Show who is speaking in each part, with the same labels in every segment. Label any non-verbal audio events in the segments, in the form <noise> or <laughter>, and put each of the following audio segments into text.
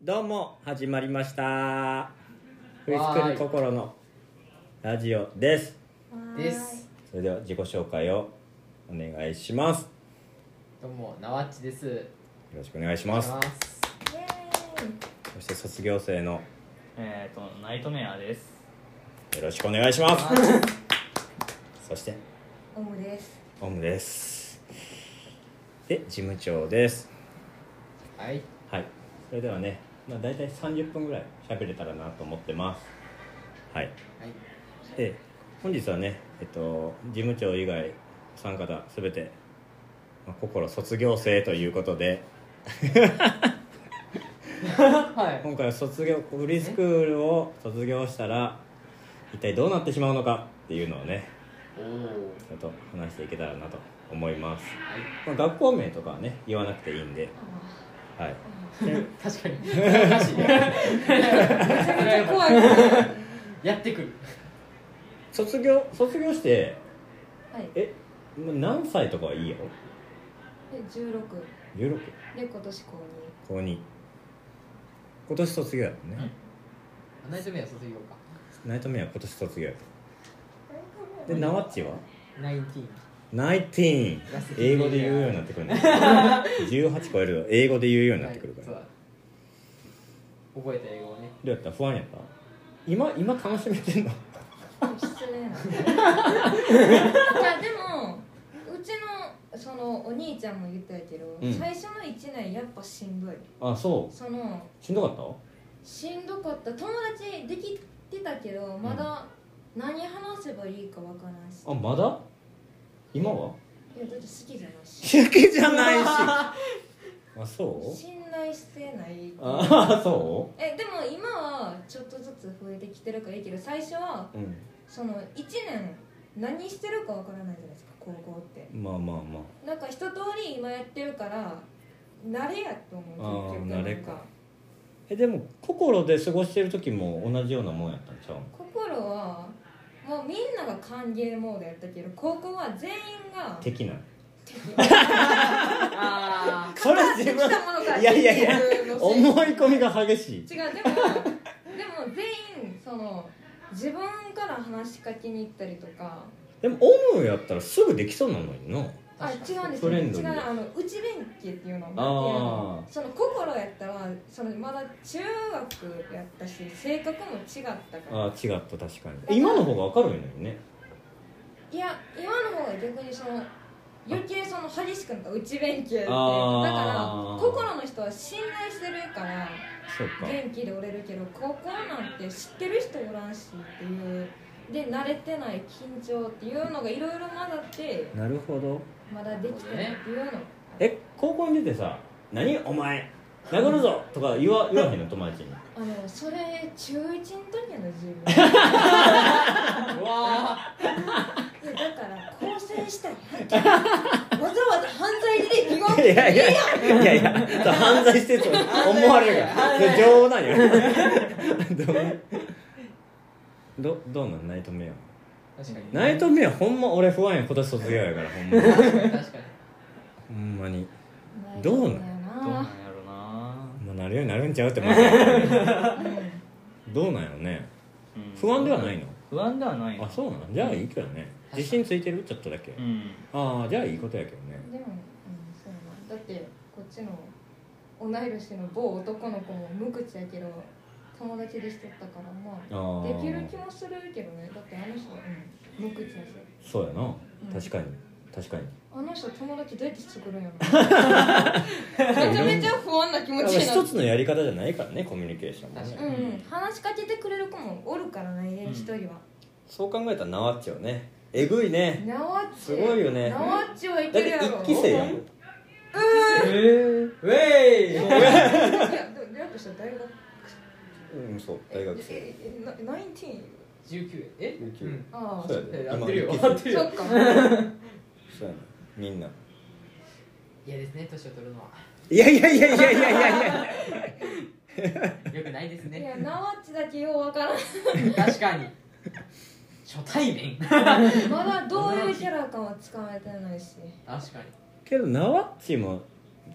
Speaker 1: どうも始まりましたフリスクに心のラジオです
Speaker 2: です。
Speaker 1: それでは自己紹介をお願いしますよ
Speaker 2: どうも、なわっちです。
Speaker 1: ろしくお願いします
Speaker 2: お願いし
Speaker 1: そして卒業生の
Speaker 3: えっ、とナイトメアです。
Speaker 1: よろしくお願いします
Speaker 2: ます
Speaker 1: そして
Speaker 4: オムです。
Speaker 1: オムですで事務長です
Speaker 2: はい。
Speaker 1: はいそれではねまあ大体30分ぐらい喋れたらなと思ってますはい
Speaker 2: はい。
Speaker 1: で本日はね、えっと、事務長以外3方すべて、まあ、心卒業生ということで
Speaker 2: はい。
Speaker 1: 今回は卒業フリースクールを卒業したら一体どうなってしまうのかっていうのをね
Speaker 2: おお。
Speaker 1: ちょっと話していけたらなと思います、
Speaker 2: はい。
Speaker 1: まあ、学校名とかはね言わなくていいんで、はい、
Speaker 2: 確
Speaker 4: <laughs>
Speaker 2: かに。難しい
Speaker 4: めちゃめ <laughs> ちゃ怖い。は
Speaker 2: やってくる。
Speaker 1: 卒業卒業して
Speaker 4: い。
Speaker 1: えもう何歳とかはいいよ
Speaker 4: で十六
Speaker 1: 16
Speaker 4: で今年高
Speaker 1: 高2今年卒業やもんね、
Speaker 2: ナイトメア卒業か。
Speaker 1: ナイトメア今年卒業でナワッチは
Speaker 2: ナインティーン。
Speaker 1: 19英語で言うようになってくるね18超えると英語で言うようになってくるから、
Speaker 2: はいそうだ覚えた英語をね。
Speaker 1: どうやった不安やった今今楽しめてんの
Speaker 4: 二。失礼な。 <laughs> いやでもうちのそのお兄ちゃんも言ったやけど、
Speaker 1: うん
Speaker 4: 最初の一年やっぱしんどい。
Speaker 1: あそ
Speaker 4: その
Speaker 1: うしんどかった
Speaker 4: しんどかった友達できてたけどまだ何話せばいいかわからないし。
Speaker 1: あまだ今はい
Speaker 4: やだって好きじゃないし。
Speaker 1: 好きじゃないし <laughs> あそう
Speaker 4: 信頼してない。
Speaker 1: あそ
Speaker 4: えでも今はちょっとずつ増えてきてるからいいけど最初は
Speaker 1: ううん
Speaker 4: その1年何してるかわからないじゃないですか高校って
Speaker 1: まあまあまあ
Speaker 4: なんか一通り今やってるから慣れやと思
Speaker 1: あ
Speaker 4: う
Speaker 1: ー
Speaker 4: 結局なん
Speaker 1: 慣れかえでも心で過ごしてる時も同じようなもんやったんちゃう
Speaker 4: 心はもうみんなが歓迎モードやったけど高校は全員が
Speaker 1: 的な
Speaker 2: あ
Speaker 1: それ自
Speaker 4: でき
Speaker 1: 分
Speaker 4: たものが
Speaker 1: いやいやいや
Speaker 4: 自分のせい
Speaker 1: 思い込みが激しい
Speaker 4: 違うでもでも全員その自分から話しかけに行ったりとか
Speaker 1: でもオムやったらすぐできそうなのにな
Speaker 4: あ違うんです
Speaker 1: フ
Speaker 4: よ
Speaker 1: レンド
Speaker 4: 違
Speaker 1: に
Speaker 4: うあの内弁慶っていうの
Speaker 1: あ
Speaker 4: その心やったらそのまだ中学やったし性格も違ったから
Speaker 1: あー違った確かに今の方が明るいのにね
Speaker 4: いや今の方が逆にその余計その激しくなった内弁慶ってだか
Speaker 1: あー
Speaker 4: ら心の人は信頼してるから
Speaker 1: そうか
Speaker 4: 元気で折れるけど高校なんて知ってる人おらんしっていうで慣れてない緊張っていうのがいろいろ混ざって
Speaker 1: なるほど
Speaker 4: まだできてないっていうの
Speaker 1: え高校に出てさ「何お前殴るぞ!」とか言わ言わへんの友達に
Speaker 4: あのそれ中1の時の自分
Speaker 2: あ。うわ
Speaker 4: いやだから更生したいわざわざ犯罪履歴を
Speaker 1: いやいやいやいやそう犯罪してると思われるから
Speaker 2: 犯
Speaker 1: それ
Speaker 2: 罪
Speaker 1: 冗談よどうどうなんナイトメア
Speaker 2: ー。確かに。
Speaker 1: ナイトメアほんま俺不安や今年卒業やからほんまに
Speaker 2: 確かに。確かに。
Speaker 1: ほんまに、ど
Speaker 4: ど
Speaker 1: うな
Speaker 4: うなんん
Speaker 3: どうなんやろな。
Speaker 1: まあ、なるようになるんちゃうって思って
Speaker 4: うん
Speaker 1: どうなんやろね
Speaker 3: うん
Speaker 1: 不安ではないの
Speaker 3: 不安ではない。
Speaker 1: あそうなんじゃあいいけどね自信ついてるちょっとだけ
Speaker 3: うん。
Speaker 1: ああじゃあいいことやけどね
Speaker 4: でも、うん、そうやなだってこっちの同い年の某男の子も無口やけど友達でしとったからま
Speaker 1: あ
Speaker 4: あできる気
Speaker 1: あ
Speaker 4: もするけどねだってあの人、うん、無口やし
Speaker 1: そうやな
Speaker 4: うん
Speaker 1: 確かに確かに
Speaker 4: あの人友達どうやって作るんやろめちゃめちゃ不安な気持
Speaker 1: やっ
Speaker 4: ち
Speaker 1: ぱ
Speaker 4: になる
Speaker 1: 一つのやり方じゃないからねコミュニケーションもね
Speaker 2: 確
Speaker 4: うんうん、話しかけてくれる子もおるからね
Speaker 3: うん
Speaker 4: 一人は、
Speaker 1: そう考えたらなわっちよねえぐいね
Speaker 4: なわっち
Speaker 1: すごいよね
Speaker 4: なわっちはい
Speaker 1: だ
Speaker 4: け
Speaker 1: っ
Speaker 4: る
Speaker 1: て
Speaker 4: やろ
Speaker 1: 一期生やもん
Speaker 3: えー、
Speaker 2: ウェイ。
Speaker 4: いやでも出会った人は大学
Speaker 1: うんそう大学生
Speaker 4: えええナナインティーン
Speaker 2: 十九。え。
Speaker 1: 19
Speaker 2: うん
Speaker 4: ああ
Speaker 1: そうや
Speaker 2: 合
Speaker 1: ね
Speaker 2: っ
Speaker 1: 今
Speaker 2: てるよ。
Speaker 1: 一期
Speaker 2: 合っ
Speaker 1: 生
Speaker 2: てる
Speaker 4: そ
Speaker 2: よ
Speaker 4: っ。か
Speaker 1: そうやねみんない
Speaker 2: やですね、年を取るのは。
Speaker 1: いやいやいやいやいやいやいや
Speaker 2: よくないです
Speaker 4: いや
Speaker 2: ね。
Speaker 4: なわっちだけようわからん
Speaker 2: 確かに。初対
Speaker 4: <laughs>
Speaker 2: 面。
Speaker 4: まだどういうキャラかはつかめてないし
Speaker 2: 確かに。
Speaker 1: けどなわっちも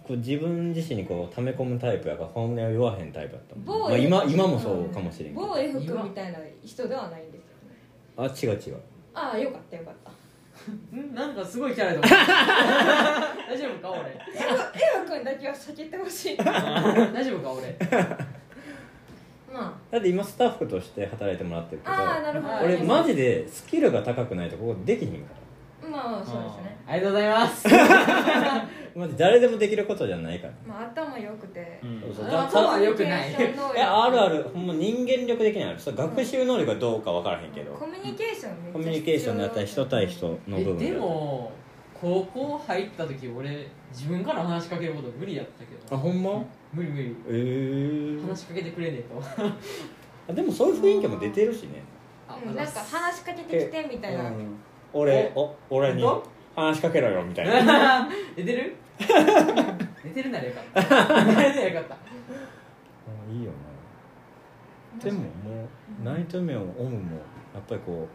Speaker 1: こう自分自身にこう溜め込むタイプやから本音を言わへんタイプやったもん、
Speaker 4: 某
Speaker 1: まあ、今今もそうかもしれんけど
Speaker 4: 某 F 君みたいな人ではないんですよね
Speaker 1: あ違う違う
Speaker 4: ああよかったよかった
Speaker 2: んなんかすごいキャラだ
Speaker 4: <laughs>
Speaker 2: と思う大丈夫か
Speaker 4: F 君だけは避けてほしいま
Speaker 2: 俺大丈夫か俺
Speaker 4: あ
Speaker 1: だって今スタッフとして働いてもらってるけど
Speaker 4: ああなるほど
Speaker 1: 俺
Speaker 4: ま
Speaker 1: マジでスキルが高くないとここできひんから
Speaker 4: まあそうですね
Speaker 2: ありがとうございます
Speaker 1: マジ誰でもできることじゃないから
Speaker 4: まあ頭良くて、
Speaker 3: うん
Speaker 1: そうそうだ
Speaker 2: 頭良くない
Speaker 4: コミュニケーション能力
Speaker 1: いやあるあるほんま人間力的にあるそれ学習能力がどうか分からへんけど
Speaker 4: コミュニケーションめっちゃ必要
Speaker 1: コミュニケーションであったり人対人の部
Speaker 2: え
Speaker 1: 分で
Speaker 2: でも高校入った時俺自分から話しかけること無理やったけ
Speaker 1: あ
Speaker 2: ど
Speaker 1: ほんま
Speaker 2: 無理無理
Speaker 1: えー、
Speaker 2: 話しかけてくれねえと
Speaker 1: あでもそういう雰囲気も出てるしね
Speaker 2: あ
Speaker 4: うんなんか話しかけてきてみたいな、
Speaker 1: うん俺お俺に
Speaker 2: 本
Speaker 1: 話しかけろよみ <laughs> たいな
Speaker 2: 寝
Speaker 1: <laughs>
Speaker 2: てる寝てるならよかった寝てるならよかっ
Speaker 1: あいいよなでももうナイトメアもオウムもやっぱりこ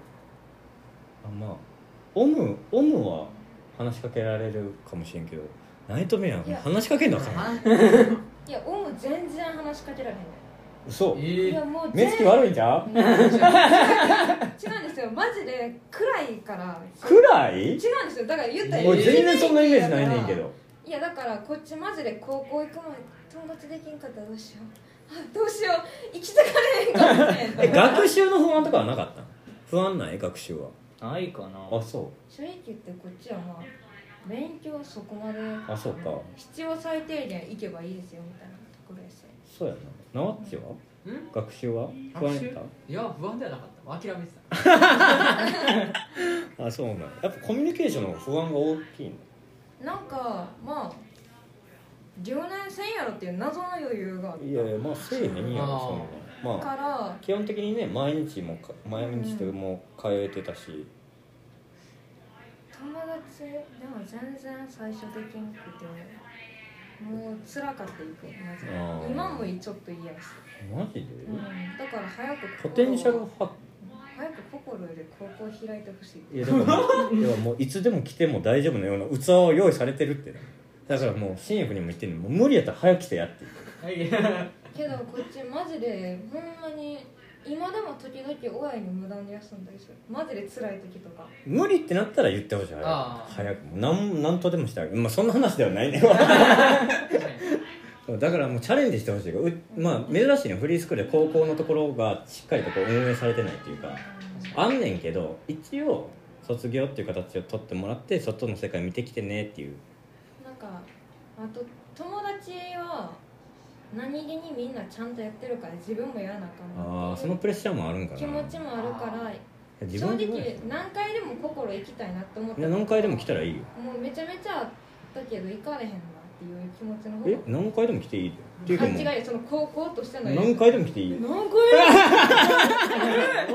Speaker 1: うあまあオウムオウムは話しかけられるかもしれんけどナイトメア
Speaker 4: いや
Speaker 1: は話しかけんのかな
Speaker 2: た
Speaker 4: いやオウム全然話しかけられへんね
Speaker 1: 嘘
Speaker 2: え
Speaker 4: んい
Speaker 2: ー
Speaker 4: やもう
Speaker 1: 目
Speaker 4: 全
Speaker 1: つき悪いんちゃう
Speaker 4: 違うんですよマジで暗いから
Speaker 1: 暗い
Speaker 4: 違うんですよだから言ったら
Speaker 1: 俺全然そんなイメージないねんけ
Speaker 4: い
Speaker 1: ど
Speaker 4: やだからこっちマジで高校行く前友達できんかったらどうしようあどうしよう行きたかれへんかったね
Speaker 1: え学習の不安とかはなかったの不安ない学習は
Speaker 3: ないかな
Speaker 1: あそ
Speaker 4: 正直言ってこっちはまあ勉強はそこまで
Speaker 1: うあそうか
Speaker 4: 必要最低限行けばいいですよみたいなところやし
Speaker 1: そうやななわっちは
Speaker 2: うん
Speaker 1: 学習は不安やっ
Speaker 2: いや不安ではなかった諦めてた
Speaker 1: たあそうなんややっぱコミュニケーションの方が不安が大きいんだ
Speaker 4: なんかまあ留年せんやろっていう謎の余裕があっ
Speaker 1: いやいやまあせえへんやろ
Speaker 2: あー
Speaker 1: そんなの
Speaker 4: た
Speaker 1: まあ
Speaker 4: から
Speaker 1: 基本的にね毎日もか毎日とも通えてたし、
Speaker 4: 友達でも全然最初できんくてもう辛かったいくマジで
Speaker 1: あー
Speaker 4: 今もちょっと嫌です、
Speaker 1: マジで、
Speaker 4: うん、だから早く
Speaker 1: ポテンシャル
Speaker 4: を
Speaker 1: は
Speaker 4: 早く心より高校開いてほしい
Speaker 1: いやでもでももういつでも来ても大丈夫なような器を用意されてるってなだからもう新薬にも言ってんのもう無理やったら早く来てやって
Speaker 2: はい
Speaker 4: けどこっちマジでほんまに今でも時々親に無断で休んだりするマジで辛い時とか
Speaker 1: 無理ってなったら言ってほしい早
Speaker 2: あ
Speaker 1: く
Speaker 2: ー
Speaker 1: 早くもうなんなんとでもしてあげる、まあ、そんな話ではないね <laughs>
Speaker 2: 確かに
Speaker 1: だからもうチャレンジしてほしいがうまあ珍しいのフリースクールで高校のところがしっかりとこう運営されてないっていうかあんねんけど一応卒業っていう形を取ってもらって外の世界見てきてねっていう
Speaker 4: なんかあと友達は何気にみんなちゃんとやってるから自分もやらなあかん
Speaker 1: あ
Speaker 4: な
Speaker 1: あ
Speaker 4: って
Speaker 1: そ
Speaker 4: い
Speaker 1: の
Speaker 4: う
Speaker 1: プレッシャーもあるんかな
Speaker 4: 気持ちもあるから
Speaker 1: 自
Speaker 4: 正
Speaker 1: 分
Speaker 4: 直何回でも心行きたいなって思った
Speaker 1: いや何回でも来たらいいよ
Speaker 4: もうめちゃめちゃあったけど行かれへんなっていう気持ちの方
Speaker 1: え
Speaker 4: が
Speaker 1: 何回でも来ていいよっていうか
Speaker 4: 勘
Speaker 1: もう
Speaker 4: 違いその高校としての
Speaker 1: 何回でも来ていいよ
Speaker 4: 何回
Speaker 2: お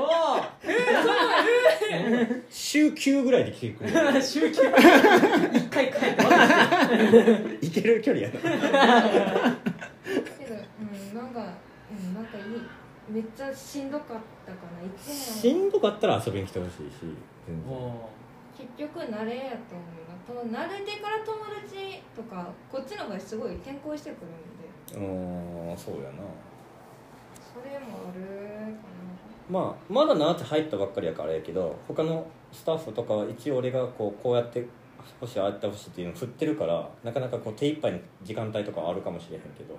Speaker 1: 週9ぐらいで来てくれ <laughs> る
Speaker 2: お集計 <laughs> 一回帰った
Speaker 1: <laughs> 行ける距離やな
Speaker 4: けどうんなんかうんなんかいいめっちゃしんどかったかないつ
Speaker 1: し
Speaker 4: も
Speaker 1: んどかったら遊びに来てほしいし全然
Speaker 2: も
Speaker 4: 結局慣れやと思うなと慣れてから友達とかこっちの方がすごい転校してくるんで
Speaker 1: うーんそうやな
Speaker 4: それもあるかな
Speaker 1: まあまだなって入ったばっかりやからあれやけど他のスタッフとかは一応俺がこうこうやって少しああやってほしいっていうのを振ってるからなかなかこう手一杯の時間帯とかはあるかもしれへんけど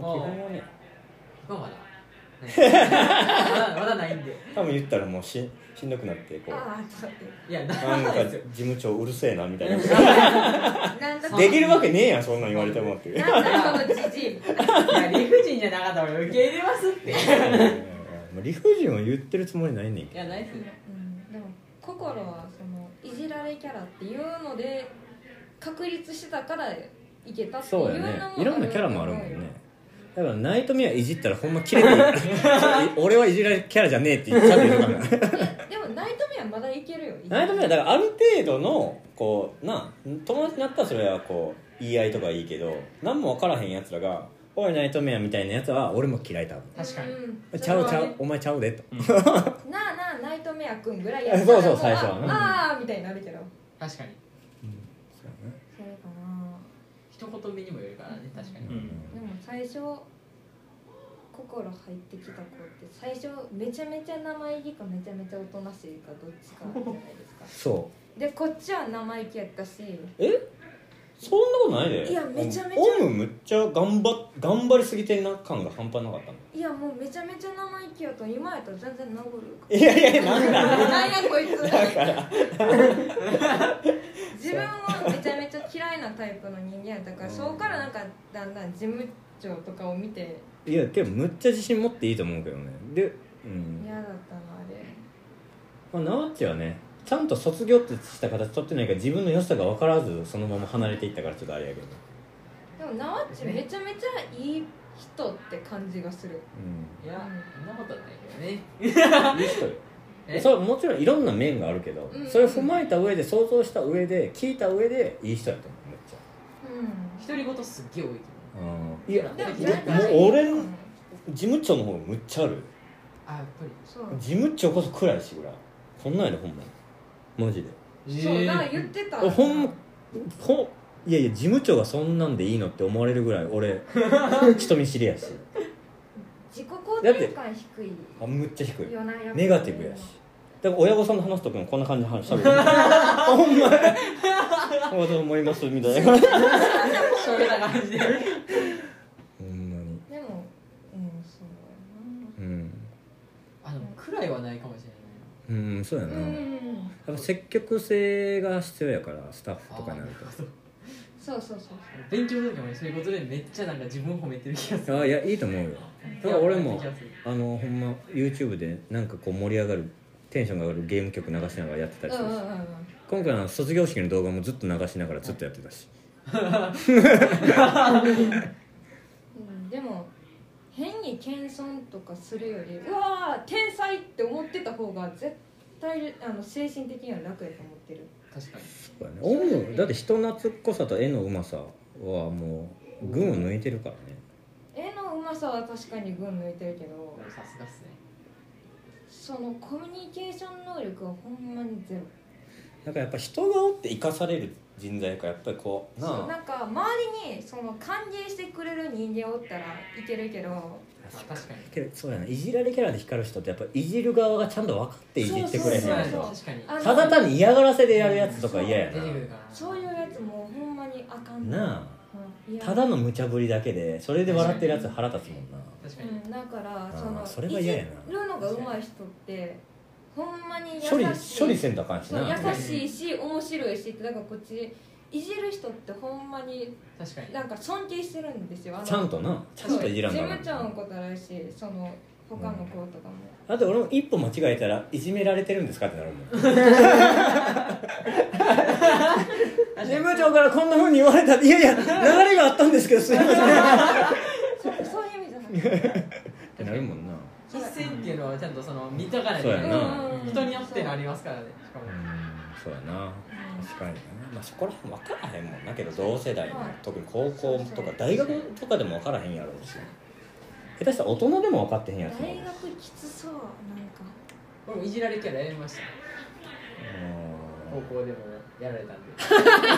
Speaker 1: 基
Speaker 2: ああ
Speaker 1: 本はね
Speaker 2: うまあまだねまだまだないんで
Speaker 1: 多分言ったらもうししんどくなってこう
Speaker 4: ああちょっと待
Speaker 2: いや
Speaker 1: な
Speaker 2: なんん
Speaker 1: か
Speaker 2: です
Speaker 1: 事
Speaker 2: よ
Speaker 1: 務長うるせえなみたいな
Speaker 4: ってなんだこの
Speaker 1: できるわけねえやんそんなん言われてもっていう
Speaker 4: なんだこのじじ
Speaker 1: <laughs>
Speaker 4: い
Speaker 2: いや理不尽じゃなかったら俺受け入れますってい
Speaker 1: まあ理不尽を言ってるつもりないねんけど
Speaker 2: やないっすね
Speaker 4: うんでも心はそのいじられキャラっていうので確立したからいけたってい
Speaker 1: そ
Speaker 4: う
Speaker 1: う
Speaker 4: のも
Speaker 1: やね
Speaker 4: ある
Speaker 1: いろんなキャラもあるもんねだからナイトメアいじったらほんまキレ <laughs> てる俺はいじられるキャラじゃねえって言っちゃってるから
Speaker 4: いやでもナイトメアまだいけるよ
Speaker 1: ナイトメアだからある程度のこうな友達になったらそれはこう言い合いとかいいけど何も分からへんやつらが「おいナイトメア」みたいなやつは俺も嫌い多分
Speaker 2: 確か
Speaker 1: 「
Speaker 2: に
Speaker 1: ちゃうちゃうお前ちゃうで」と
Speaker 4: うなあなあナイトメアくんぐらいや
Speaker 1: そうそう最初はね
Speaker 4: ああーみたいになるけど
Speaker 2: 確かに
Speaker 4: そうかな
Speaker 2: 一言求めにもよるからね確かに、
Speaker 3: うん
Speaker 4: でも最初心入ってきた子って最初めちゃめちゃ生意気かめちゃめちゃおとなしいかどっちかじゃないですか
Speaker 1: そ
Speaker 4: でこっちは生意気やったし
Speaker 1: うえそんなことないで
Speaker 4: いやめちゃめちゃ
Speaker 1: オウムむっちゃ頑張っ頑張りすぎてんな感が半端なかったの
Speaker 4: いやもうめちゃめちゃ生意気やと今やったら全然殴る
Speaker 1: いやいやなんだ <laughs>
Speaker 4: なんやこいつ自分はめちゃめちゃ嫌いなタイプの人間やったからそこからなんかだんだん事務長とかを見て
Speaker 1: いやでもむっちゃ自信持っていいと思うけどねでうん
Speaker 4: 嫌だったのあれ
Speaker 1: まあ直ちはねちゃんと卒業ってした形取ってないから自分の良さが分からずそのまま離れていったからちょっとあれやけど
Speaker 4: でもなわっちめちゃめちゃいい人って感じがする
Speaker 1: う
Speaker 2: いやそんなことはないけどね
Speaker 4: <laughs>
Speaker 1: んいい人よ
Speaker 2: え
Speaker 1: それはもちろんいろんな面があるけど、
Speaker 4: うん
Speaker 1: それを踏まえた上で想像した上で聞いた上でいい人やと思うめっちゃ
Speaker 2: 独
Speaker 4: う
Speaker 2: り言すっげえ多いけど
Speaker 1: うんいや
Speaker 4: んでも
Speaker 2: いや
Speaker 4: 絶対
Speaker 1: もう俺
Speaker 4: いい
Speaker 1: の
Speaker 4: よ
Speaker 1: 事務長の方がむっちゃある
Speaker 2: あやっぱり
Speaker 4: そう
Speaker 1: 事務長こそ暗いしぐらいそんなんやでほんまマジで
Speaker 4: そうだから
Speaker 2: え
Speaker 4: 言ってた
Speaker 1: ほんまほいやいや事務長がそんなんでいいのって思われるぐらい
Speaker 4: <laughs>
Speaker 1: 俺人見知りやし
Speaker 4: 自己肯定感低い
Speaker 1: あむっちゃ低い
Speaker 4: よなやっぱ
Speaker 1: ネガティブやしだから親御さんの話すときもこんな感じで話したもんほんまやそうどう思いますみたいなほんま
Speaker 2: ーそういうような感じで
Speaker 1: に
Speaker 2: <laughs>
Speaker 4: でもうんそうや
Speaker 1: うん
Speaker 2: あでも暗いはないかもしれない
Speaker 1: うんそうやな、
Speaker 4: なう
Speaker 1: やっ
Speaker 4: ん
Speaker 1: ぱ積極性が必要やからスタッフとかになる
Speaker 4: そうそうそう
Speaker 2: 勉強する時もそういうことでめっちゃなんか自分を褒めてる気がす
Speaker 1: と
Speaker 2: る
Speaker 1: あいやいいと思うよだから俺も
Speaker 2: いや褒めてる気が
Speaker 1: あのほんま YouTube でなんかこう盛り上がるテンションが上がるゲーム曲流しながらやってたり
Speaker 4: う
Speaker 1: す
Speaker 4: ん
Speaker 1: るし、
Speaker 4: うんうんうん
Speaker 1: 今回の卒業式の動画もずっと流しながらずっとやってたし、
Speaker 4: うんでも変に謙遜とかするよりうわー天才って思ってた方が絶対あの精神的には楽やと思ってる
Speaker 2: する確かに
Speaker 1: そうだねオウムだって人懐っこさと絵のうまさはもう群を抜いてるからね
Speaker 4: 絵のうまさは確かに群抜いてるけど
Speaker 2: でもさすがっすね
Speaker 4: そのコミュニケーション能力はほんまにゼロ
Speaker 1: なんかやっぱ人がおって生かされる人材がやっぱりこう
Speaker 4: そう
Speaker 1: なあ
Speaker 4: なんか周りにその歓迎してくれる人間おったらいけるけど
Speaker 2: あ確かに
Speaker 1: けどそうやないじられキャラで光る人ってやっぱいじる側がちゃんと分かっていじってくれへん
Speaker 4: そうそうそう
Speaker 1: 人
Speaker 2: 確かに
Speaker 4: あの
Speaker 1: ただ単に嫌がらせでやるやつとか嫌や
Speaker 2: 出
Speaker 1: な
Speaker 2: てくるから
Speaker 4: そういうやつもうほんまにあかん
Speaker 1: なあ
Speaker 4: うんいや
Speaker 1: ただの無茶ぶりだけでそれで笑ってるやつ腹立つもんな
Speaker 2: 確かに
Speaker 4: うん、だから
Speaker 1: ー
Speaker 4: その
Speaker 1: それは嫌やな
Speaker 4: じるのが上手い人ってほんまに優しい
Speaker 1: 処理処理せんとあかんし
Speaker 4: そう
Speaker 1: な
Speaker 4: 優しいし面白いしってだからこっちいじる人ってほんまに
Speaker 2: 確かに
Speaker 4: なんか尊敬してるんですよあの
Speaker 1: ちゃんとなちゃんといじらん
Speaker 4: ジ
Speaker 1: か
Speaker 4: ム
Speaker 1: ら
Speaker 4: ちゃんのことらしいその他の子とかも、
Speaker 1: だって俺も一歩間違えたらいじめられてるんですかってなるもん事務長からこんなふうに言われたっていやい <laughs> や流れがあったんですけどすいませんっ
Speaker 4: そうそういう意味じゃなくて
Speaker 1: てなるもんな
Speaker 2: 一線っていうのはちゃんとその見とかない
Speaker 1: そう
Speaker 2: と
Speaker 1: やな
Speaker 4: うん
Speaker 2: 人によってありますからねしか
Speaker 1: う
Speaker 2: も
Speaker 1: んそうやな
Speaker 4: うん
Speaker 1: 確かにな、まあ、そこら辺分からへんもんなけど同世代の
Speaker 4: はい
Speaker 1: 特に高校とか大学とかでも分からへんやろうし下手したら大人でも分かってへんやつもおるし
Speaker 4: 大学きつそうなんか
Speaker 2: 俺もいじられキャラやりました
Speaker 1: う
Speaker 2: 高
Speaker 1: ん
Speaker 2: 校でもやられたんで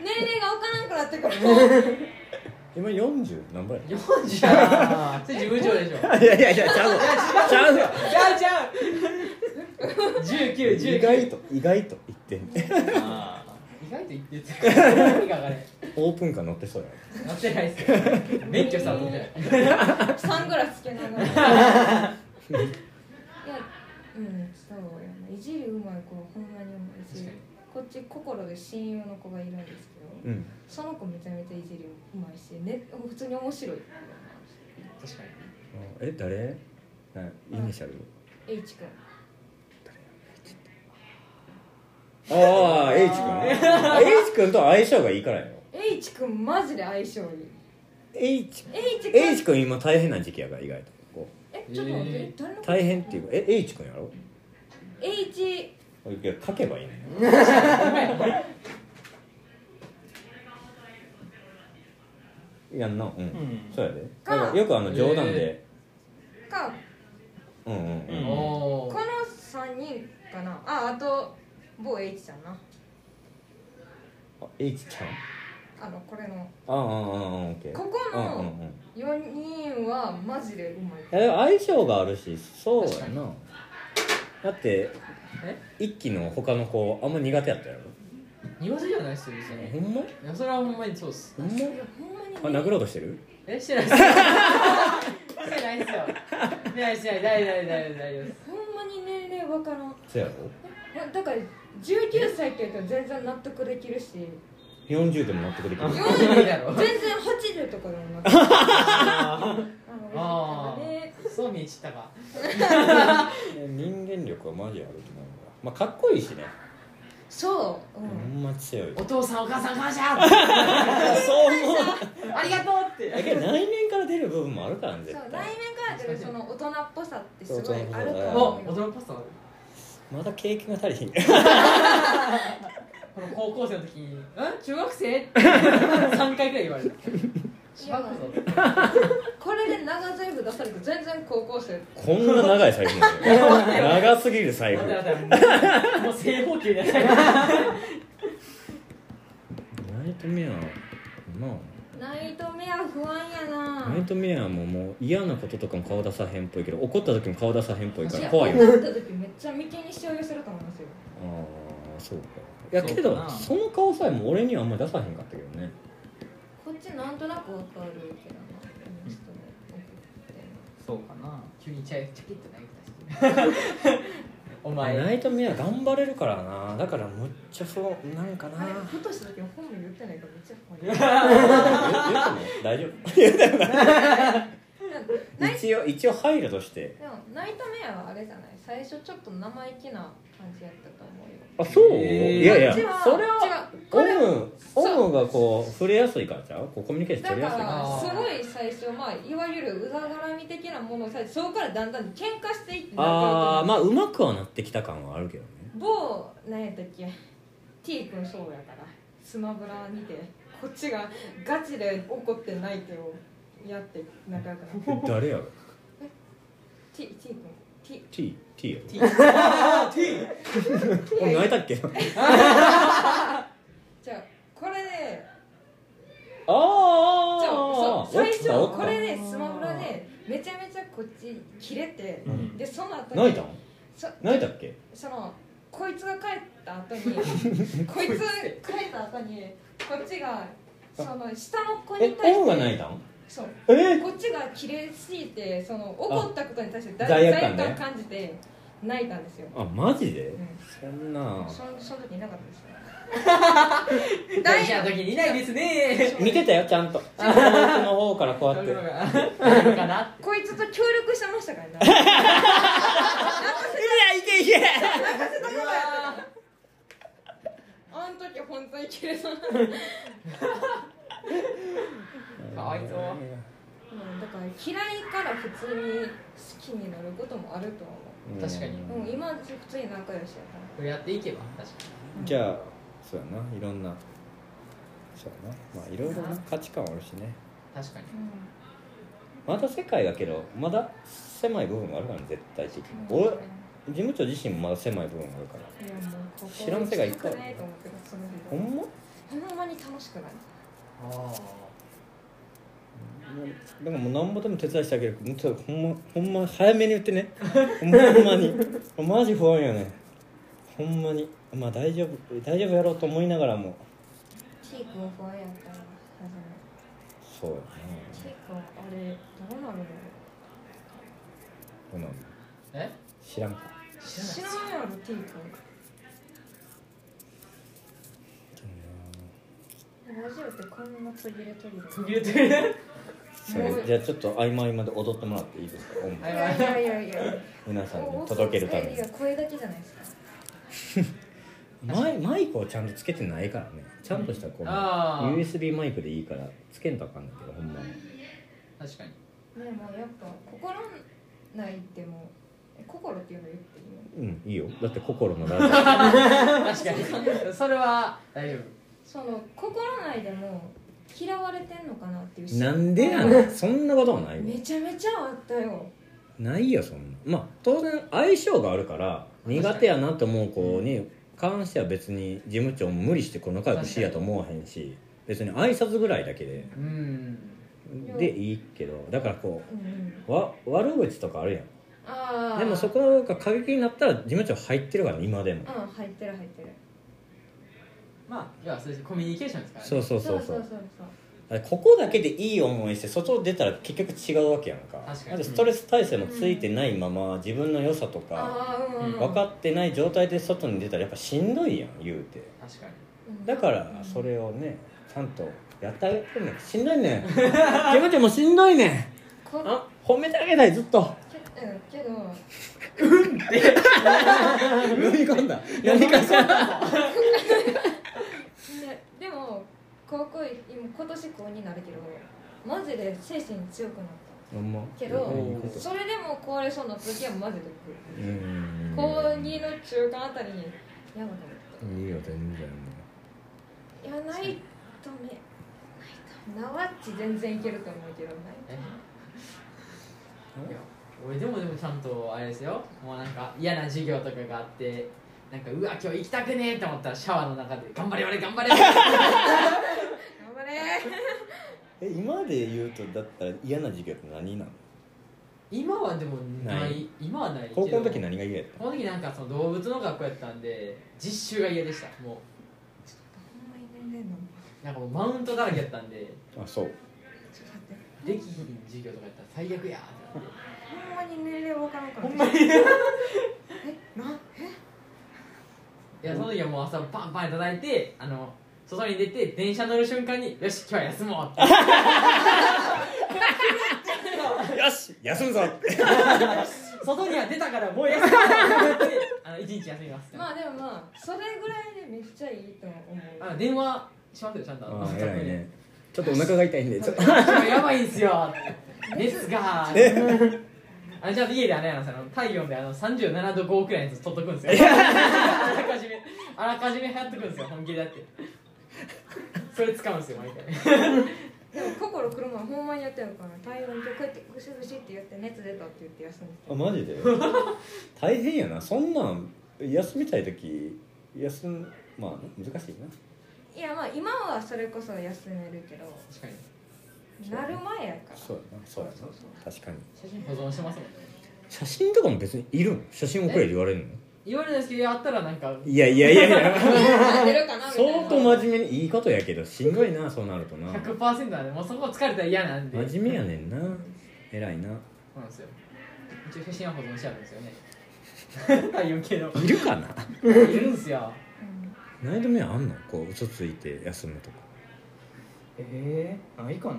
Speaker 4: 年齢が分からんくなってくる
Speaker 1: 今40何倍
Speaker 2: 40やそれ事務長でしょ
Speaker 1: やいやいやいやち <laughs> ゃうわちゃうわ
Speaker 2: じゃあじゃあ1919
Speaker 1: 意外と意外と言ってん <laughs> ね
Speaker 3: あ
Speaker 2: 意外と言ってた何があれ
Speaker 1: オープンカー乗ってそうや
Speaker 2: なってないっすよ免許さんとじゃない
Speaker 4: サングラスつけながらいやうんそうやないじり上手い子はほんまに上手
Speaker 2: 確
Speaker 4: いし
Speaker 2: かに
Speaker 4: こっち心で親友の子がいるんですけど、
Speaker 1: うん
Speaker 4: その子めちゃめちゃいじりうまいし、ね、普通に面白い
Speaker 2: 確かに
Speaker 1: え誰なイニシャル
Speaker 4: H 君
Speaker 1: ああ H 君 H 君と相性がいいからやろ
Speaker 4: H 君マジで相性いい
Speaker 1: H
Speaker 4: H 君
Speaker 1: H 君今大変な時期やから意外とこ
Speaker 4: えちょっと待って、
Speaker 2: えー
Speaker 4: 誰の
Speaker 1: う
Speaker 4: 子
Speaker 1: 大変っていうかえ H 君やろ
Speaker 4: H
Speaker 1: いや書けばいいねやんなうん、
Speaker 3: ん
Speaker 1: そうやで
Speaker 4: か
Speaker 1: だからよくあの冗談で、
Speaker 4: か
Speaker 1: うんうんうん
Speaker 3: うん
Speaker 2: おお
Speaker 4: この3人かなああと某 H ちゃんな
Speaker 1: あ H ちゃん
Speaker 4: ああのこれの
Speaker 1: ああああああオッケー
Speaker 4: ここ
Speaker 1: うんうんう
Speaker 4: の
Speaker 1: ん
Speaker 4: 4人はマジでうまい
Speaker 1: いやでも相性があるしそうや
Speaker 2: 確か
Speaker 1: なだって
Speaker 2: え
Speaker 1: 一期の他の子あんま苦手やったやろ
Speaker 2: 苦手じゃないっすよ別に
Speaker 1: ほんま
Speaker 2: いやそれはほんまにそうっす
Speaker 1: ほんま
Speaker 4: いやほんまにね
Speaker 1: あ殴ろうとしてる
Speaker 2: えして <laughs> ないっすよしてないっすよしてないしてない大丈夫大丈夫大丈夫です
Speaker 4: ほんまに年齢わからん
Speaker 1: そやろ
Speaker 4: なだから19歳って言うと全然納得できるし
Speaker 1: 40でも納得できる
Speaker 2: ようでいいだろ
Speaker 4: 全然80とかでも納得
Speaker 2: あ
Speaker 4: あのね
Speaker 2: あそう見えちったか
Speaker 1: 人間力はマジあると思うわまあかっこいいしね
Speaker 4: そう、う
Speaker 1: ほ
Speaker 4: ん、
Speaker 1: んま強い
Speaker 2: お父さんお母さん感謝
Speaker 1: そう思う
Speaker 2: ありがとうって
Speaker 1: だけど内面から出る部分もあるからね
Speaker 4: そう
Speaker 1: 絶
Speaker 4: 内面か
Speaker 1: 対
Speaker 4: ら出るその大人っぽさってすごいあると
Speaker 2: お
Speaker 4: 思うよ
Speaker 2: 驚かさ
Speaker 1: まだ経験が足りひん
Speaker 2: この高校生の時に「ん中学生?」って3回くらい言われたしばくぞ
Speaker 4: これで長財布出されて全然高校生
Speaker 1: こんな長い財布なんだよ長すぎる財
Speaker 2: 待
Speaker 1: 布
Speaker 2: っ
Speaker 1: 内
Speaker 2: て待ってもう正方形になっちゃう
Speaker 1: トメアま
Speaker 4: ナイトメア不安やな
Speaker 1: あナイトメアももう嫌なこととかも顔出さへんっぽいけど怒った時も顔出さへんっぽいから怖いよ
Speaker 4: 思った時めっちゃ眉間にしわ寄せると思いますよ
Speaker 1: ああそうかいやけ
Speaker 3: そうか
Speaker 1: ど
Speaker 3: な
Speaker 1: その顔さえも俺にはあんまり出さへんかったけどね
Speaker 4: こっちなんとなくわかるけどなこの人の奥っ
Speaker 3: そうかな
Speaker 2: 急にチャイチャキッと投 <laughs> げたしお <laughs> 前
Speaker 1: ナイトメア頑張れるからなだからむっちゃそうなんかな
Speaker 4: てあれ
Speaker 1: よ
Speaker 4: ふとした時は本名言ってないからめっちゃ怖い
Speaker 1: よくない大丈夫
Speaker 4: ナイ
Speaker 1: 一応一応配慮として
Speaker 4: でもナイトメアはあれじゃない最初ちょっと生意気な感じやったと思うよ
Speaker 1: あそう、
Speaker 3: えー
Speaker 1: いやいや
Speaker 4: こっちは
Speaker 1: それは
Speaker 4: 違うこ
Speaker 1: オ
Speaker 4: れ
Speaker 1: ム
Speaker 4: そう
Speaker 1: オムがこう触れやすいからちゃうこうコミュニケーション
Speaker 4: だ
Speaker 1: 取り
Speaker 4: か
Speaker 1: やすいから
Speaker 4: らすごい最初まあいわゆるうざがらみ的なものをさそこからだんだん喧嘩していって
Speaker 1: ああ
Speaker 4: 仲
Speaker 1: まあ
Speaker 4: 良くなる
Speaker 1: うまくはなってきた感はあるけどね
Speaker 4: 某何やったっけ T 君そうやからスマブラにてこっちがガチで怒ってない手をやって仲良くなる
Speaker 1: 誰やろ
Speaker 4: T, T 君 T
Speaker 1: T, T やろ
Speaker 2: T あー T
Speaker 1: 俺泣いたっけ
Speaker 4: じゃあこれで
Speaker 1: ああ
Speaker 4: じゃあそう
Speaker 1: おっ
Speaker 4: 最
Speaker 1: た
Speaker 4: 初
Speaker 1: おった
Speaker 4: これでスマブラでめちゃめちゃこっちキレて
Speaker 1: うん
Speaker 4: でその後に
Speaker 1: 泣いたん
Speaker 4: そ
Speaker 1: 泣いたっけ
Speaker 4: そのこいつが帰った後に
Speaker 1: <laughs>
Speaker 4: こいつ帰った後にこっちがその下の子
Speaker 1: え
Speaker 4: に対
Speaker 1: オム
Speaker 4: し
Speaker 1: が泣い
Speaker 4: て
Speaker 1: たん
Speaker 4: そう
Speaker 1: え
Speaker 4: こっちが綺麗すぎてその怒ったことに対してだ
Speaker 1: 罪
Speaker 4: 罪
Speaker 1: 悪感
Speaker 4: 悪
Speaker 1: ね
Speaker 4: 感を感じて泣いたんですよ、
Speaker 1: あマジで
Speaker 4: うん、
Speaker 1: そんな
Speaker 4: そその時いなかったですね <laughs>
Speaker 2: 大事な時にいないですね
Speaker 1: 見てたよちゃんとこの方からこうやっ
Speaker 2: そういうの
Speaker 1: て
Speaker 2: があるのかな
Speaker 4: こいつと協力してましたからね泣 <laughs> か
Speaker 1: いけいけ
Speaker 4: せ泣かせたことやったあの時本当に綺麗そうな
Speaker 2: かわいそう
Speaker 4: うんだから嫌いから普通に好きになることもあると思
Speaker 2: 確かに
Speaker 4: う、うん、今は普通に仲良しやから
Speaker 2: これやっていけば確か
Speaker 1: じゃあそうやないろんなそうやなまあいろいろな価値観はあるしね
Speaker 2: に確かに
Speaker 4: う
Speaker 1: まだ世界だけどまだ狭い部分があるからね絶対的に
Speaker 4: ん
Speaker 1: 俺
Speaker 4: い
Speaker 1: 事務長自身もまだ狭い部分があるから
Speaker 4: やもうここ
Speaker 1: 知らん世界いっぱいある
Speaker 4: 行きたくないと思ってたその日
Speaker 1: ほんま
Speaker 4: ほんまに楽しくない
Speaker 2: ああ
Speaker 1: だからもうなんぼでも手伝いしてあげるもうちょっとほんまほんま早めに言ってねほんまほんまにマジ不安よねほんまにまあ大丈夫大丈夫やろうと思いながらも
Speaker 4: チークも不安やったら初め
Speaker 1: そうやね
Speaker 4: チークはあれどうなるの
Speaker 1: この
Speaker 2: え
Speaker 1: 知らんか
Speaker 2: 知らない
Speaker 4: 知らんやろチークラジオってこんな途切れ途切れ
Speaker 2: 途切れてる
Speaker 1: それじゃあちょっと合間合間で踊ってもらっていいですか音楽
Speaker 2: はいい
Speaker 4: やい
Speaker 2: は
Speaker 4: や
Speaker 2: い
Speaker 4: いやいや
Speaker 1: 皆さんに届けるため
Speaker 4: い
Speaker 1: に
Speaker 4: や声だけじゃないですか
Speaker 1: マイマイクをちゃんとつけてないからねちゃんとしたこの
Speaker 2: あー
Speaker 1: USB マイクでいいからつけんとあかんねんけどほんまに
Speaker 2: 確かに
Speaker 4: ねもうやっぱ心ないでもえ心っていうの言っていい
Speaker 1: う
Speaker 4: の
Speaker 1: んいいよだって心のラジオ
Speaker 2: 確か <laughs> にそれは大丈夫
Speaker 4: その心ないでも嫌われてんのかなって <laughs> いう
Speaker 1: なんでやねんそんなことはないわ
Speaker 4: めちゃめちゃあったよ
Speaker 1: ないよそんなまあ当然相性があるから苦手やなと思う子に関しては別に事務長も無理してこの仲良くしやと思わへんし別に挨拶ぐらいだけで
Speaker 2: うん
Speaker 1: でいいけどだからこ
Speaker 4: うんうん
Speaker 1: うわ悪口とかあるやん
Speaker 4: ああ
Speaker 1: でもそこが過激になったら事務長入ってるからね今でも
Speaker 4: うん入ってる入ってる
Speaker 2: まあ要はそういうコミュニケーションですからね
Speaker 1: そうそうそう
Speaker 4: そ
Speaker 1: そうう
Speaker 4: そうそう
Speaker 1: だからここだけでいい思いして外出たら結局違うわけやんか
Speaker 2: 確かに
Speaker 1: あとストレス耐性もついてないまま自分の良さとか
Speaker 4: ああうんうん
Speaker 1: 分かってない状態で外に出たらやっぱしんどいやん言うて
Speaker 2: 確かに
Speaker 1: だからそれをねちゃんとやってあげてねしんどいねん <laughs> 気持ちもしんどいねん
Speaker 4: こ
Speaker 1: あ褒めてあげないずっと
Speaker 4: けうんけど
Speaker 1: <laughs> 飲み込んだ何かしら
Speaker 4: ででも高校今今年高になるけどマジで精神強くなっ
Speaker 1: ほんま
Speaker 4: けど
Speaker 1: どういうこ
Speaker 4: た
Speaker 1: と
Speaker 4: それでも壊れそうな時はマジで
Speaker 1: うーん
Speaker 4: 高2の中間あたりにやばかっ
Speaker 1: いいよ全然
Speaker 4: たいやないとめないとなわっち全然いけると思うけどない
Speaker 2: えいや俺でもでもちゃんとあれですよもうなんか嫌な授業とかがあってなんかうわ今日行きたくねえって思ったらシャワーの中で頑張れ俺頑張
Speaker 1: <laughs>
Speaker 2: れ
Speaker 4: 頑張
Speaker 1: え
Speaker 4: れ
Speaker 1: 今で言うとだったら嫌な授業って何なの
Speaker 2: 今はでもない
Speaker 1: ない
Speaker 2: 今はないけど
Speaker 1: 高校の時何が嫌やっ
Speaker 2: この時なんかその動物の学校やったんで実習が嫌でしたも
Speaker 4: ほんまに全然の
Speaker 2: うなんかもうマウントだらけやったんで
Speaker 1: たあそう
Speaker 4: ちょっと待って
Speaker 2: できひん授業とかやったら最悪やーってなって
Speaker 4: ほんまに年齢わからんから
Speaker 2: ほんまに
Speaker 4: えなえ
Speaker 2: いやその時はもう朝パンパン叩いてあの外に出て電車乗る瞬間によし今日は休もうって
Speaker 1: <laughs>
Speaker 2: <laughs>
Speaker 1: よし休むぞ
Speaker 2: 外には出たからもう休もうって言ってあの一日休みます
Speaker 4: まあでもまあそれぐらいでめっちゃいいと思う
Speaker 2: あ電話しますよちゃんと
Speaker 1: <laughs> あ偉いねちょっとお腹が痛いんでちょっと
Speaker 2: やばいんすよ熱があじゃあ家であれやなその体温であの37度5くらいのやつ取っとくんですよあらかじめあらかじめ流行っとくんですよ本気でやってそれ使うんですよ毎回
Speaker 4: でも心くるまんほんまにやってるから体温とこうやってぐしぐしってやって熱出たって言って休んで
Speaker 1: あマジ <laughs> で大変やなそんなん休みたい時休んまあ難しいな
Speaker 4: たいやまあ今はそれこそ休めるけど
Speaker 2: 確かに
Speaker 4: なる前やから
Speaker 1: そうやなそうやな
Speaker 4: そうそう
Speaker 1: 確かに
Speaker 2: 写真保存してますもんね
Speaker 1: 写真とかも別にいるの写真送れって言われるの
Speaker 2: 言われないですけどやったらなんか
Speaker 1: いやいやいやいや
Speaker 4: なってるかなみたいな
Speaker 1: <laughs> 相当真面目にいいことやけどしんどいなそうなるとな
Speaker 2: 100%なんでもうそこ疲れたら嫌なんで
Speaker 1: 真面目やねんな偉いな
Speaker 2: そうなんですよ一応写真は保存してあるんですよね <laughs> 体温計の
Speaker 1: いるかない
Speaker 2: るんすよ
Speaker 4: うん
Speaker 1: 何度目あんのこう嘘ついて休むとか
Speaker 3: ええないかな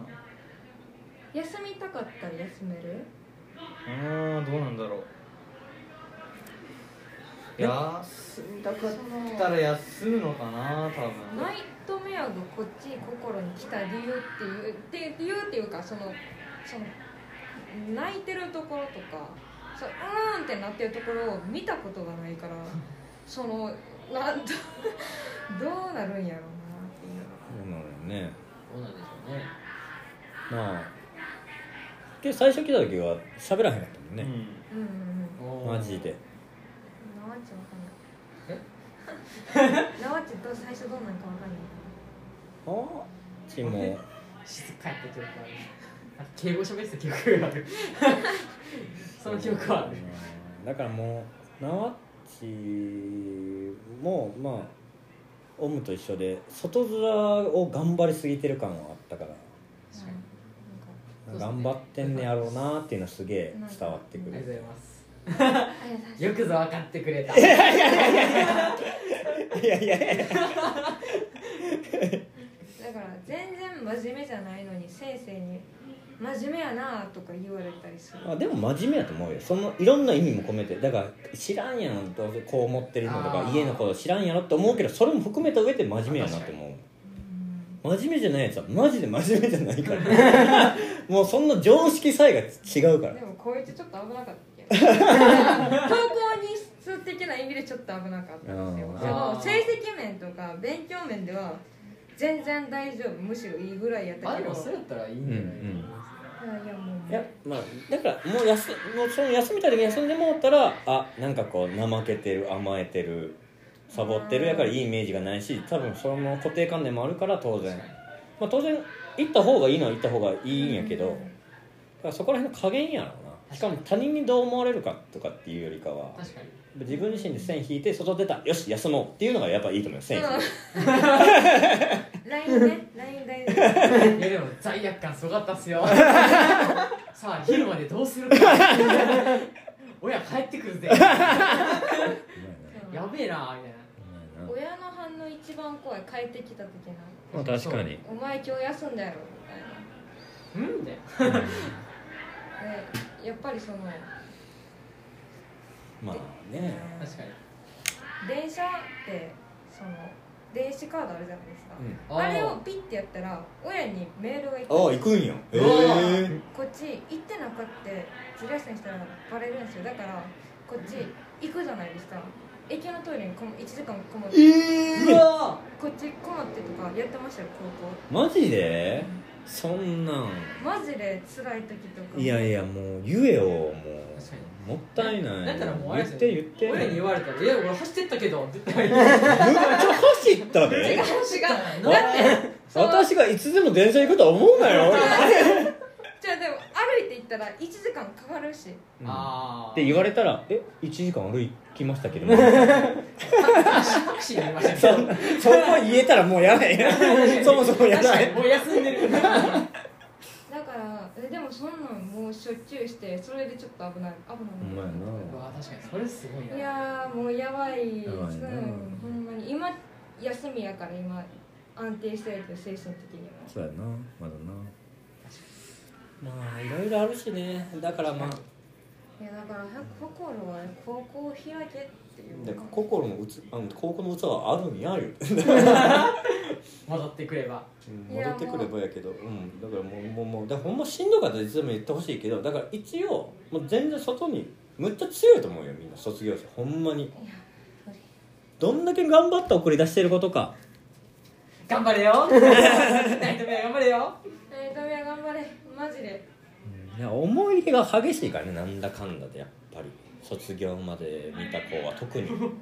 Speaker 4: 休みたかったら休める
Speaker 3: あーどうなんだろう休みたかったら休むのかな多分
Speaker 4: ナイトメアがこっち心に来た理由っていうって理由っていうかそのその泣いてるところとかそううーんってなってるところを見たことがないからそのなんと <laughs> どうなるんやろうなっていう
Speaker 1: そうなのよね
Speaker 2: どうなんでしょうね
Speaker 1: まあで最初来た時は喋らへんかったもん
Speaker 3: う
Speaker 1: ね、
Speaker 3: ん
Speaker 4: うんうんうん
Speaker 1: マジで
Speaker 4: なわっちわかんないえ <laughs> なわっちと最初どんなんかわかんない
Speaker 1: あっちも
Speaker 2: 静かやった記憶あるなんか敬語喋ってた記憶があ <laughs> るその記憶はある
Speaker 1: うんだからもうなわっちもまあオムと一緒で外面を頑張りすぎてる感はあったから
Speaker 2: 確かにそうですね
Speaker 1: 頑張ってんねやろうなっていうのすげえ伝わってく
Speaker 2: ありがとうござい
Speaker 1: る
Speaker 2: ます
Speaker 4: あれ確か
Speaker 2: よくぞ分かってくれた <laughs>
Speaker 1: いやいやいや
Speaker 4: だから全然真面目じゃないのに先生に「真面目やな」とか言われたりする
Speaker 1: あでも真面目やと思うよそのいろんな意味も込めてだから知らんやんどうせこう思ってるのと
Speaker 2: あ
Speaker 1: か
Speaker 2: ー
Speaker 1: 家のこと知らんやろって思うけどそれも含めた上で真面目やなって思う
Speaker 4: うん
Speaker 1: 真面目じゃないやつはマジで真面目じゃないからもうそんな常識さえが違うから
Speaker 4: でもこいつちょっと危な
Speaker 1: <laughs>
Speaker 4: かったけど投稿に質的な意味でちょっと危なかったんですよ
Speaker 1: あ
Speaker 4: そ
Speaker 2: ー
Speaker 4: の成績面とか勉強面では全然大丈夫むしろいいぐらいやった
Speaker 2: あ
Speaker 4: け
Speaker 2: で
Speaker 4: ど
Speaker 2: もそれやったらいいんじゃない
Speaker 1: うんうん
Speaker 4: いやいやもう
Speaker 1: いやまあだからもう休もうその休みたい時に休んでもらったらあなんかこう怠けてる甘えてるサボってるやからいいイメージがないし多分その固定観念もあるから当然
Speaker 2: 確か
Speaker 1: まあ、当然行った方がいいのは行った方がいいんやけど、
Speaker 4: う
Speaker 1: だからそこら辺の加減やろうなしかも他人にどう思われるかとかっていうよりかは
Speaker 2: 確かに
Speaker 1: 自分自身で線引いて外出たよし休もうっていうのがやっぱいいと思う線引いて、
Speaker 4: <laughs> LINE ね LINE 大事
Speaker 2: いやでも罪悪感すごかったっす <laughs> よさあ昼までどうするか親帰ってくるぜやべえなみたいな
Speaker 1: うまいなうまいな
Speaker 4: 親の反応一番怖い帰ってきた時な
Speaker 1: まあ確かに
Speaker 4: お前今日休んだやろみたいな
Speaker 2: うんみたいな
Speaker 4: でやっぱりその
Speaker 1: まあね
Speaker 2: 確かに
Speaker 4: 電車ってその電子カードあるじゃないですか、
Speaker 1: うん
Speaker 4: あれをピッてやったら親にメールがいっぱい
Speaker 1: ああ行くんよへえ
Speaker 2: う
Speaker 4: こっち行ってなかってずらしたりしたらバレるんですよだからこっち行くじゃないですか駅のトイレにこも1時間こもって
Speaker 2: うわ
Speaker 4: こっちこもってとかやってましたよ高校
Speaker 1: マジでそんなん
Speaker 4: マジで辛い時とか
Speaker 1: いやいやもう言えよも
Speaker 2: 確か
Speaker 1: うもったいない
Speaker 2: なんならもうあれ
Speaker 1: 言
Speaker 2: で
Speaker 1: っ
Speaker 2: すよ
Speaker 1: て言って
Speaker 2: 親に言われたら「いや俺走ってったけど」って言 <laughs> って
Speaker 1: むっちゃ走った
Speaker 4: 違う違
Speaker 1: で
Speaker 4: う
Speaker 2: な
Speaker 4: だってその
Speaker 1: 私がいつでも電車行くとは思うな
Speaker 2: <laughs>
Speaker 1: よ
Speaker 4: じゃあでも歩いて行ったら1時間かかるし
Speaker 1: うん
Speaker 2: ああ
Speaker 1: って言われたら「え1時間歩きましたけども」 <laughs> そ
Speaker 2: タクシーになりましたね
Speaker 1: そこ言えたらもうやばい <laughs> そもそもや
Speaker 2: 確
Speaker 1: ば
Speaker 2: かに
Speaker 1: い
Speaker 2: もう休んで
Speaker 1: <laughs>
Speaker 2: る
Speaker 4: だからえでもそんなんもうしょっちゅうしてそれでちょっと危ない危
Speaker 1: お
Speaker 4: な
Speaker 1: 前
Speaker 4: い
Speaker 2: う
Speaker 1: な
Speaker 2: わ確かにそれすごいない
Speaker 4: やーもうやばい
Speaker 1: やばいな
Speaker 4: うんほんまに今休みやから今安定してるけど精神的にも
Speaker 1: そうやなまだなまあいろいろあるしねだからまあ
Speaker 4: いやだから早く心は高校を開けっていう
Speaker 1: で
Speaker 4: か
Speaker 1: 心のうつあの高校の器はあるんやよ
Speaker 2: 戻ってくれば
Speaker 1: 戻ってくればやけどうんだからもうもうもうだからほんましんどかったらいつでも言ってほしいけどだから一応もう全然外にむっちゃ強いと思うよみんな卒業生ほんまに
Speaker 4: いや無理
Speaker 1: どんだけ頑張って送り出してることか
Speaker 2: 頑張れよナイトメア頑張れよ
Speaker 4: えー、ダメや頑張れマジで
Speaker 1: いや思い入れが激しいからねなんだかんだでやっぱり卒業まで見た子は特に、うん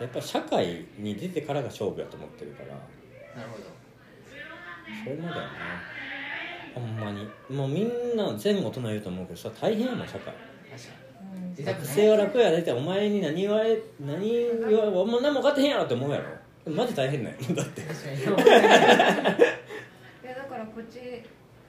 Speaker 1: やっぱ社会に出てからが勝負やと思ってるから
Speaker 2: なるほど
Speaker 1: それまでやなほんまにもうみんな全大人言うと思うけどさ大変やもん社会
Speaker 2: 確か
Speaker 4: うん
Speaker 2: 自
Speaker 1: 学
Speaker 2: 宅
Speaker 1: 生は楽やでってお前に何言われ何言われお前何も分かってへんやろって思うやろマジ大変なんよ <laughs> だって
Speaker 2: に確かに
Speaker 4: いやだからこっち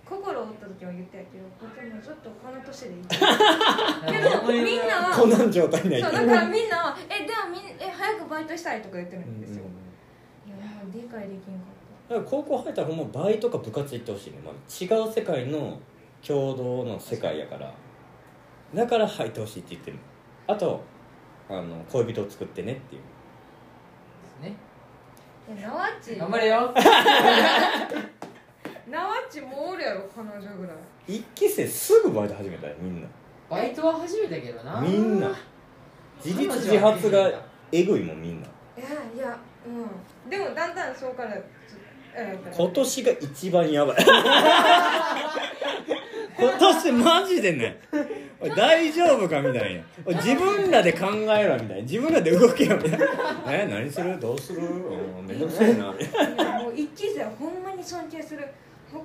Speaker 4: 心を折った時は言ったやけどこっちもずっとこの年 <laughs> でいいけどみんなは
Speaker 1: こ
Speaker 4: そ
Speaker 1: ん
Speaker 4: う
Speaker 1: なん状態ない
Speaker 4: だ
Speaker 1: って
Speaker 4: からみんなはえではみんえ早くバイトしたいとか言ってるんですよ、いやもう理解できんかっ
Speaker 1: だから高校入ったらほんま倍とか部活行ってほしいね、まあ、違う世界の共同の世界やからだから入ってほしいって言ってるあとあの恋人を作ってねっていう
Speaker 2: ね
Speaker 4: たいやなわっち
Speaker 2: 頑張れよ
Speaker 4: なわっちもおるやろ彼女ぐらい
Speaker 1: 一期生すぐバイト始めたよみんな
Speaker 2: バイトは初めてだけどな
Speaker 1: みんな自立自発がえぐいもんみんない
Speaker 4: やいやうんでもだんだんそうからずえー
Speaker 1: 今年が一番やばい
Speaker 4: <laughs>
Speaker 1: 今年マジでねおい大丈夫かみたいなおい自分らで考えろみたいな自分らで動けよみたいな <laughs> え何するどうするうんめんどくさいなみたいない
Speaker 4: やもう一期生はほんまに尊敬する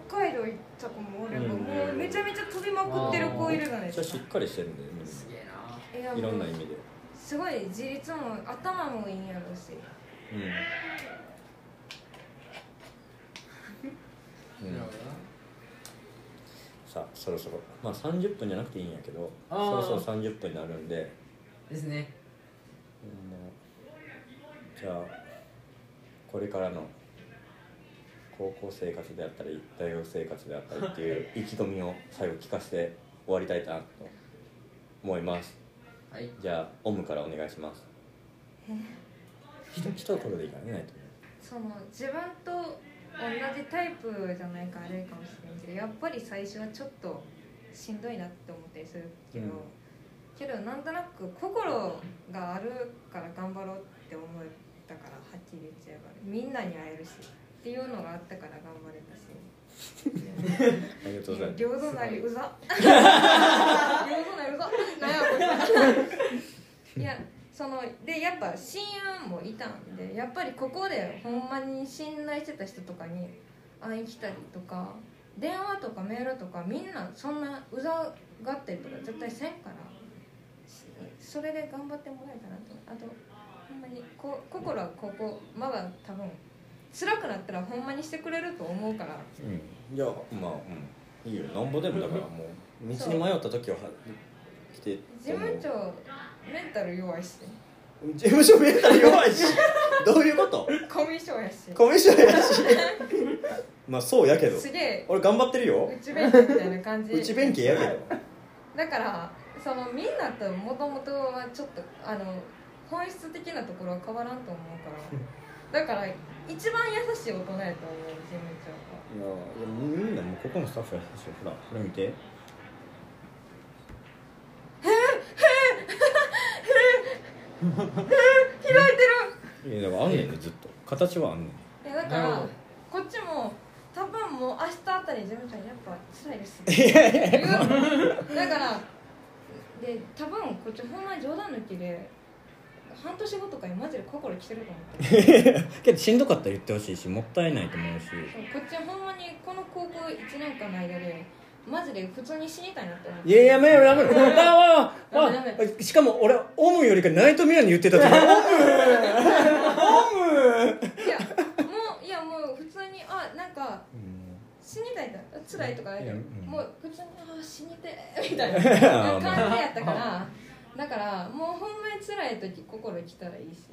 Speaker 4: 北海道行った子も俺も,、
Speaker 1: うん
Speaker 4: もうめちゃめちゃ飛びまくってる子いるじゃない
Speaker 1: めっ
Speaker 4: で
Speaker 1: ちゃ
Speaker 4: す
Speaker 1: しっ
Speaker 4: か
Speaker 1: かりしてるんだよみん
Speaker 2: すげえな
Speaker 1: な
Speaker 4: やもう
Speaker 1: いろんな意味です
Speaker 4: ごい自立も頭もいいんやろうし
Speaker 1: うん、うん
Speaker 2: なるほ、どな
Speaker 1: さあそろそろまあ30分じゃなくていいんやけどそ
Speaker 2: あー
Speaker 1: ろそろ30分になるんで、
Speaker 2: ですね
Speaker 1: うんじゃあこれからの高校生活であったり大学生活であったりっていう意気込みを最後聞かせて終わりたいなと思います
Speaker 2: はい
Speaker 1: じゃあオムからお願いします
Speaker 4: え
Speaker 1: ひとひと言でいいからねないと
Speaker 4: その自分と同じタイプじゃないからあれかもしれないけどやっぱり最初はちょっとしんどいなって思ったりするけど、
Speaker 1: うん
Speaker 4: けどなんとなく心があるから頑張ろうって思ったからはっきり言っちゃえばみんなに会えるしっていうのがあったから頑張れたし
Speaker 1: ありがとうございます
Speaker 4: 両隣うざ両隣うざなんやこれいやそのでやっぱ親友もいたんでやっぱりここでほんまに信頼してた人とかに会いに来たりとか電話とかメールとかみんなそんなうざがってるとか絶対せんからしそれで頑張ってもらえたらとあとほんまにこ心はここまだ多分辛くなったらほんまにしてくれると思うから
Speaker 5: うんいやまあうんいいよなんぼでもだからもう道に迷った時はは来て
Speaker 4: 事務長メンタル弱いし
Speaker 5: 事務所メンタル弱いしどういうこと
Speaker 4: コミュ障やし
Speaker 5: コミュ障や
Speaker 1: <laughs>
Speaker 5: しまあそうやけど
Speaker 4: すげえ
Speaker 5: 俺頑張ってるよ
Speaker 4: 内弁慶みたいな感じ
Speaker 5: 内弁慶やけど
Speaker 4: だからそのみんなともともとはちょっとあの本質的なところは変わらんと思うからだから一番優しい大人やと思う事務長はい
Speaker 1: やいやもうみんなもうここのスタッフやしほらこれ見て
Speaker 4: 開いてる
Speaker 1: いやだからあんねんねずっと形はあんねん
Speaker 4: いやだ
Speaker 2: な
Speaker 4: か
Speaker 2: るほ
Speaker 4: ら
Speaker 2: ど
Speaker 4: こっちも多分もう明日あたり事務長にやっぱ辛いです言うだからで多分こっちほんまに冗談抜きで半年後とかにマジで心来てると思って
Speaker 1: けどしんどかったら言ってほしいしもったいないと思うし
Speaker 4: そうこっちはほんまにこの高校1年間の間でマジで普通に死にたいなって思って
Speaker 1: いややめろやめろ <laughs> ああ
Speaker 4: ダメ
Speaker 1: あしかも俺オムよりかナイトミラに言ってたと思う
Speaker 4: いやもういやもう普通にあなんか死にたいんだ辛いとかないけど
Speaker 1: いやうん
Speaker 4: もう普通にあ死にてえみたいな感じ
Speaker 1: <laughs> まあ
Speaker 4: やったからだからもうほんまに辛い時心来たらいいし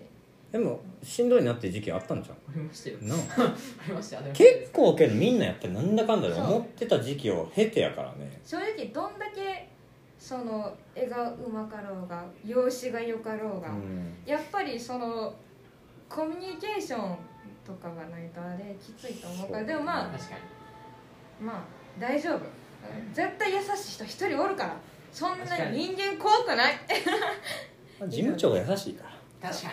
Speaker 1: でもしんどいなっていう時期あったんじゃん
Speaker 2: ありましたよ
Speaker 1: なあ
Speaker 2: ありましたよありましたよ
Speaker 1: 結構けどみんなやっぱりなんだかんだで思ってた時期を経てやからね
Speaker 4: 正直どんだけその絵がうまかろうが容姿がよかろうが、
Speaker 1: うん
Speaker 4: やっぱりそのコミュニケーションとかがないとあれきついと思うからでもまあ
Speaker 2: 確かに
Speaker 4: まあ大丈夫絶対優しい人一人おるからそんな
Speaker 2: 確かに
Speaker 4: 人間怖くない
Speaker 1: まあ事務長が優しいから
Speaker 2: 確か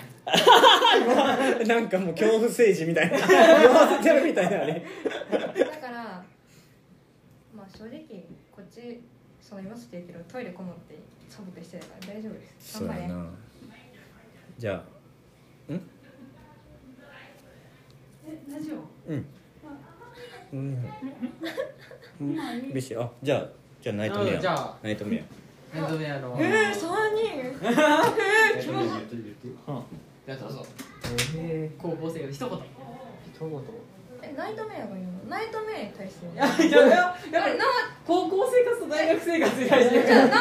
Speaker 1: <laughs>
Speaker 2: に
Speaker 1: なんかもう恐怖政治みた
Speaker 2: <laughs>
Speaker 1: いな言わせてるみたいなね
Speaker 4: だからまあ正直こっちその今捨てるけどトイレこもってサボってしてるから大丈夫です
Speaker 1: そう
Speaker 4: 頑
Speaker 1: や
Speaker 4: 張れ
Speaker 1: なじゃあん
Speaker 6: えラジオ
Speaker 1: うんうん
Speaker 2: <laughs>
Speaker 1: うんビシあじゃあじゃあナイトミ
Speaker 2: うんじゃ
Speaker 1: ア
Speaker 2: あ
Speaker 1: ナイトミア
Speaker 2: エンドメアの
Speaker 4: えー、3人えー、気持ち悪い
Speaker 2: じゃあどうぞ
Speaker 3: え
Speaker 2: 高校生で一言
Speaker 3: ー、一言
Speaker 4: えナイトメアが言うのナイトメアに対して
Speaker 2: い
Speaker 4: 言う
Speaker 2: や
Speaker 4: の
Speaker 2: いややっぱ
Speaker 4: あ
Speaker 2: り
Speaker 4: れ
Speaker 2: な
Speaker 4: 縄
Speaker 2: 高校生活と大学生活に対して
Speaker 4: じゃあ縄縄い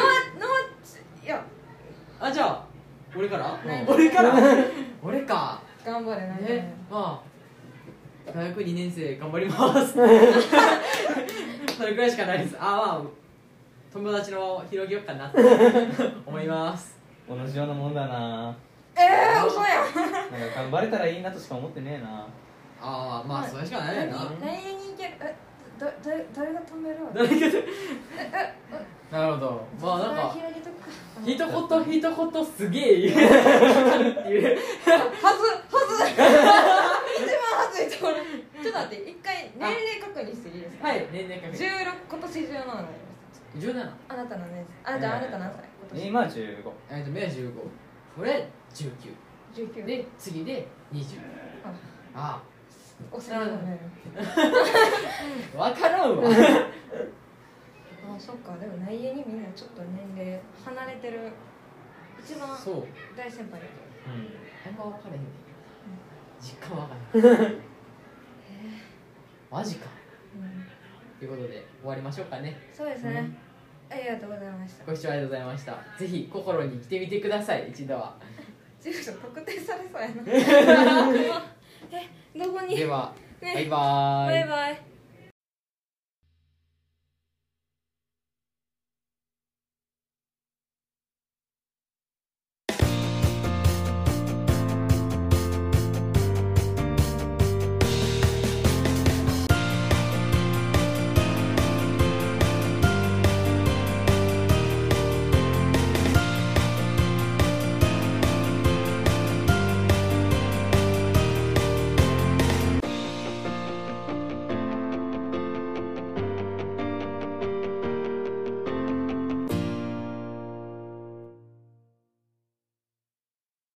Speaker 4: や
Speaker 2: あじゃあ俺から
Speaker 4: ね
Speaker 2: 俺から俺か
Speaker 4: 頑張れナイトメ
Speaker 2: ね
Speaker 4: ア
Speaker 2: まあ大学2年生頑張りますそれくらいしかないですあまあ友達の広げようかなって思います
Speaker 3: 同じようなもんだな
Speaker 4: えー、嘘やん
Speaker 3: なんか頑張れたらいいなとしか思ってねえな
Speaker 2: ああまあそれしかないよ
Speaker 4: 何
Speaker 2: な
Speaker 4: 何にいけるえだだ誰が止めるわ
Speaker 2: 誰かと
Speaker 4: ええ
Speaker 2: なるほどまあなん
Speaker 4: それ
Speaker 2: か
Speaker 4: 広げとくか
Speaker 2: 一言一言すげえ言うっていう
Speaker 4: <laughs> はずはず一番はずいところちょっと待って一回年齢確認していいですか
Speaker 2: はい年齢確認
Speaker 4: 16今年17になります
Speaker 2: 17
Speaker 4: あなたのねあなたあなた何歳今年
Speaker 3: 今は15
Speaker 2: えっと目は15俺19
Speaker 4: 19
Speaker 2: で次で20あ
Speaker 4: あお世話になる
Speaker 2: あ分からんわ
Speaker 4: あそっかでも内縁にみんなちょっと年齢離れてる一番
Speaker 2: そう
Speaker 4: 大先輩だ
Speaker 3: う
Speaker 4: と
Speaker 2: あんま分からへんねん実感分 <laughs> からへんマジか
Speaker 4: うん
Speaker 2: ということで終わりましょうかね
Speaker 4: そうですねありがとうございました
Speaker 2: ご視聴ありがとうございましたぜひ心に来てみてください一度は
Speaker 4: 住所特定され <laughs> そうやなえどこに
Speaker 2: ではバイ
Speaker 4: ね
Speaker 2: バーイ
Speaker 4: バイバイ